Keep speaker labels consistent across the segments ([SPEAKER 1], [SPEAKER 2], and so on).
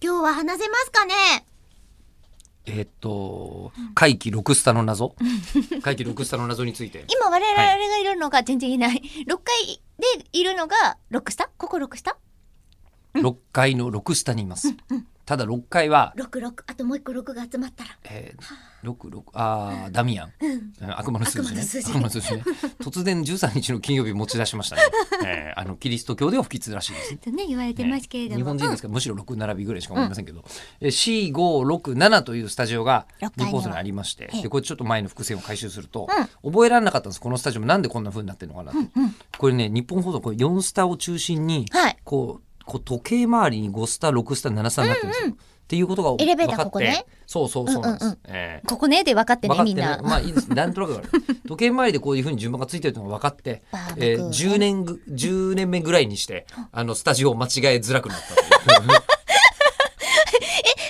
[SPEAKER 1] 方は話せますかね
[SPEAKER 2] えーっと、怪奇六スタの謎怪奇六スタの謎について。
[SPEAKER 1] 今我々がいるのが全然いない。6階でいるのが6下ここ6下
[SPEAKER 2] 6階の6下にいます。ただ6階は、
[SPEAKER 1] ?6、6。あともう一個6が集まったら。
[SPEAKER 2] えー、6、6、あーダミアン。
[SPEAKER 1] うん。
[SPEAKER 2] うん悪魔の数字ね。
[SPEAKER 1] 悪魔の
[SPEAKER 2] 悪魔の数字ね突然13日の金曜日持ち出しましたね。えーあの、キリスト教では不吉らしいですね。
[SPEAKER 1] とね、言われてますけれども。
[SPEAKER 2] 日本人ですから、むしろ6並びぐらいしか思いませんけど、えー、4567というスタジオが
[SPEAKER 1] 六階に
[SPEAKER 2] リ
[SPEAKER 1] は
[SPEAKER 2] ポートにありまして
[SPEAKER 1] ええ
[SPEAKER 2] でこれちょっと前の伏線を回収すると、覚えられなかったんですこのスタジオもなんでこんな風になってるのかなと、これね日本放送これ4スタを中心に、
[SPEAKER 1] はい
[SPEAKER 2] こうこう時計回りに5スタ6スタ7スタになってるんですよ。っていうことが分かって
[SPEAKER 1] エレベーターここね
[SPEAKER 2] そうそうそうなんです。
[SPEAKER 1] うんうんうん
[SPEAKER 2] ええ
[SPEAKER 1] ここねで分かって
[SPEAKER 2] 分
[SPEAKER 1] ね
[SPEAKER 2] かっ
[SPEAKER 1] み
[SPEAKER 2] て
[SPEAKER 1] ん
[SPEAKER 2] ね
[SPEAKER 1] な。
[SPEAKER 2] まあいいですなんとなくわかる時計回りでこういうふうに順番がついてるのが分かって
[SPEAKER 1] バーム、クーヘ
[SPEAKER 2] え
[SPEAKER 1] ン
[SPEAKER 2] ー、10年ぐ10年目ぐらいにしてあのスタジオを間違えづらくなったという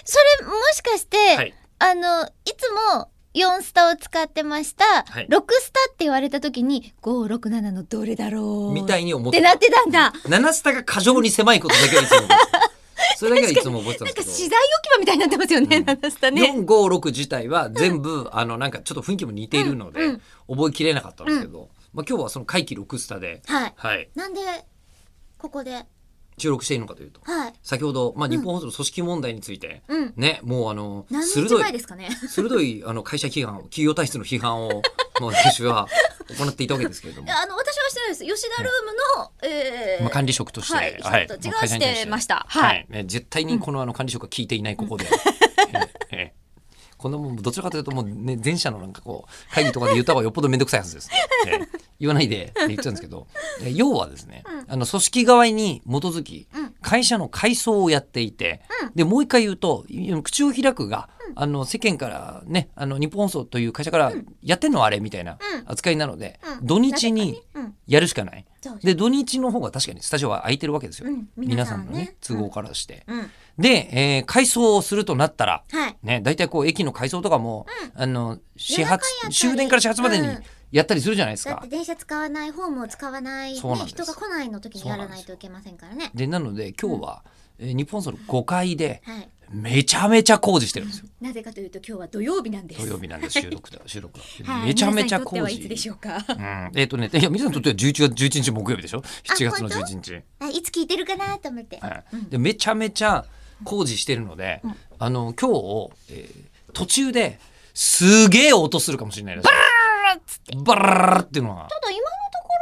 [SPEAKER 1] それもしかして、
[SPEAKER 2] はい
[SPEAKER 1] あのいつも4スタを使ってました、
[SPEAKER 2] はい
[SPEAKER 1] 6スタって言われた時に567のどれだろう
[SPEAKER 2] みたいに思
[SPEAKER 1] っ
[SPEAKER 2] って
[SPEAKER 1] て
[SPEAKER 2] た
[SPEAKER 1] なってたんだ
[SPEAKER 2] 7スタが過剰に狭いことだけはいつも 覚えてたそれだけはいつも覚えてたん
[SPEAKER 1] なん
[SPEAKER 2] で
[SPEAKER 1] か
[SPEAKER 2] す
[SPEAKER 1] 資
[SPEAKER 2] け
[SPEAKER 1] 材置き場みたいになってますよね、
[SPEAKER 2] うん
[SPEAKER 1] 7スタ
[SPEAKER 2] ど、
[SPEAKER 1] ね。
[SPEAKER 2] 456自体は全部、あのなんかちょっと雰囲気も似ているので、
[SPEAKER 1] うん
[SPEAKER 2] 覚えきれなかったんですけど、まあ、今日はその回帰6スタで、
[SPEAKER 1] はい、
[SPEAKER 2] はい、
[SPEAKER 1] なんでここで
[SPEAKER 2] 収録しているのかというと
[SPEAKER 1] はい
[SPEAKER 2] 先ほど、まあ、日本放送の組織問題について、
[SPEAKER 1] うん
[SPEAKER 2] ねもうあの
[SPEAKER 1] 何
[SPEAKER 2] 鋭
[SPEAKER 1] 日
[SPEAKER 2] い
[SPEAKER 1] 前ですかね
[SPEAKER 2] 鋭いあの会社批判を企業体質の批判 をまあ私は行っていたわけですけれども、
[SPEAKER 1] あの私はしてないです吉田ルームの、えー
[SPEAKER 2] まあ、管理職として、
[SPEAKER 1] はいちょっと違う
[SPEAKER 2] まあ会社に対
[SPEAKER 1] してました
[SPEAKER 2] は
[SPEAKER 1] はい
[SPEAKER 2] いね絶対にこのあの管理職は聞いていないここで、ええこのもうどちらかというともう、ね、前者のなんかこう会議とかで言った方がよっぽど面倒くさいはず です、ええ言わないでって言っちゃうんですけどえ要はですね、あの組織側に基づき
[SPEAKER 1] うん
[SPEAKER 2] 会社の改装をやっていて、でもう一回言うと口を開くが、あの世間からねあの日本放送という会社からやってんのあれみたいな
[SPEAKER 1] うん
[SPEAKER 2] 扱いなので、
[SPEAKER 1] うん
[SPEAKER 2] 土日に
[SPEAKER 1] うん
[SPEAKER 2] やるしかない。
[SPEAKER 1] そう
[SPEAKER 2] で土日の方が確かにスタジオは空いてるわけですよ、
[SPEAKER 1] うん皆
[SPEAKER 2] 皆
[SPEAKER 1] さ
[SPEAKER 2] さ
[SPEAKER 1] んね
[SPEAKER 2] んのね都合からして。
[SPEAKER 1] うん
[SPEAKER 2] で、えー改装をするとなったら、
[SPEAKER 1] はい
[SPEAKER 2] ね、大体こう駅の改装とかも、あの始発
[SPEAKER 1] 夜中やったり
[SPEAKER 2] 終電から始発までに
[SPEAKER 1] うん
[SPEAKER 2] やったりするじゃないです
[SPEAKER 1] だっ
[SPEAKER 2] か。
[SPEAKER 1] て電車使わないホームを使わない,、ね、
[SPEAKER 2] そうなんです
[SPEAKER 1] 人が来ないの時にやらない
[SPEAKER 2] そうなんです
[SPEAKER 1] といけませんからね
[SPEAKER 2] でなので今日は、えー日本ソロ5階で
[SPEAKER 1] はい
[SPEAKER 2] めちゃめちゃ工事してるんですよ。
[SPEAKER 1] なぜかというと今日は土曜日なんです
[SPEAKER 2] 土曜日なんで収録だ収録だ、
[SPEAKER 1] はい
[SPEAKER 2] めちゃめちゃ工
[SPEAKER 1] 皆さんにとってはいつで
[SPEAKER 2] 事。
[SPEAKER 1] しょうか
[SPEAKER 2] うん、えっ、とね、いや、皆さんにとっては11月11日木曜日でしょ ?7 月
[SPEAKER 1] 本
[SPEAKER 2] の
[SPEAKER 1] 当
[SPEAKER 2] 11日。
[SPEAKER 1] あいつ聞いてるかなと思って、
[SPEAKER 2] はいでめちゃめちゃ工事してるので、あの今日、えー途中ですげえ音するかもしれないですバラララっていうのは
[SPEAKER 1] ただ今のとこ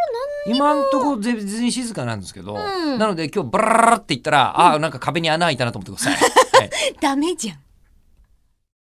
[SPEAKER 2] 今んとこ全然静かなんですけど、
[SPEAKER 1] ん
[SPEAKER 2] なので今日バラララって言ったら、ああーなんか壁に穴開いたなと思ってください。はい
[SPEAKER 1] ろなんダメじゃん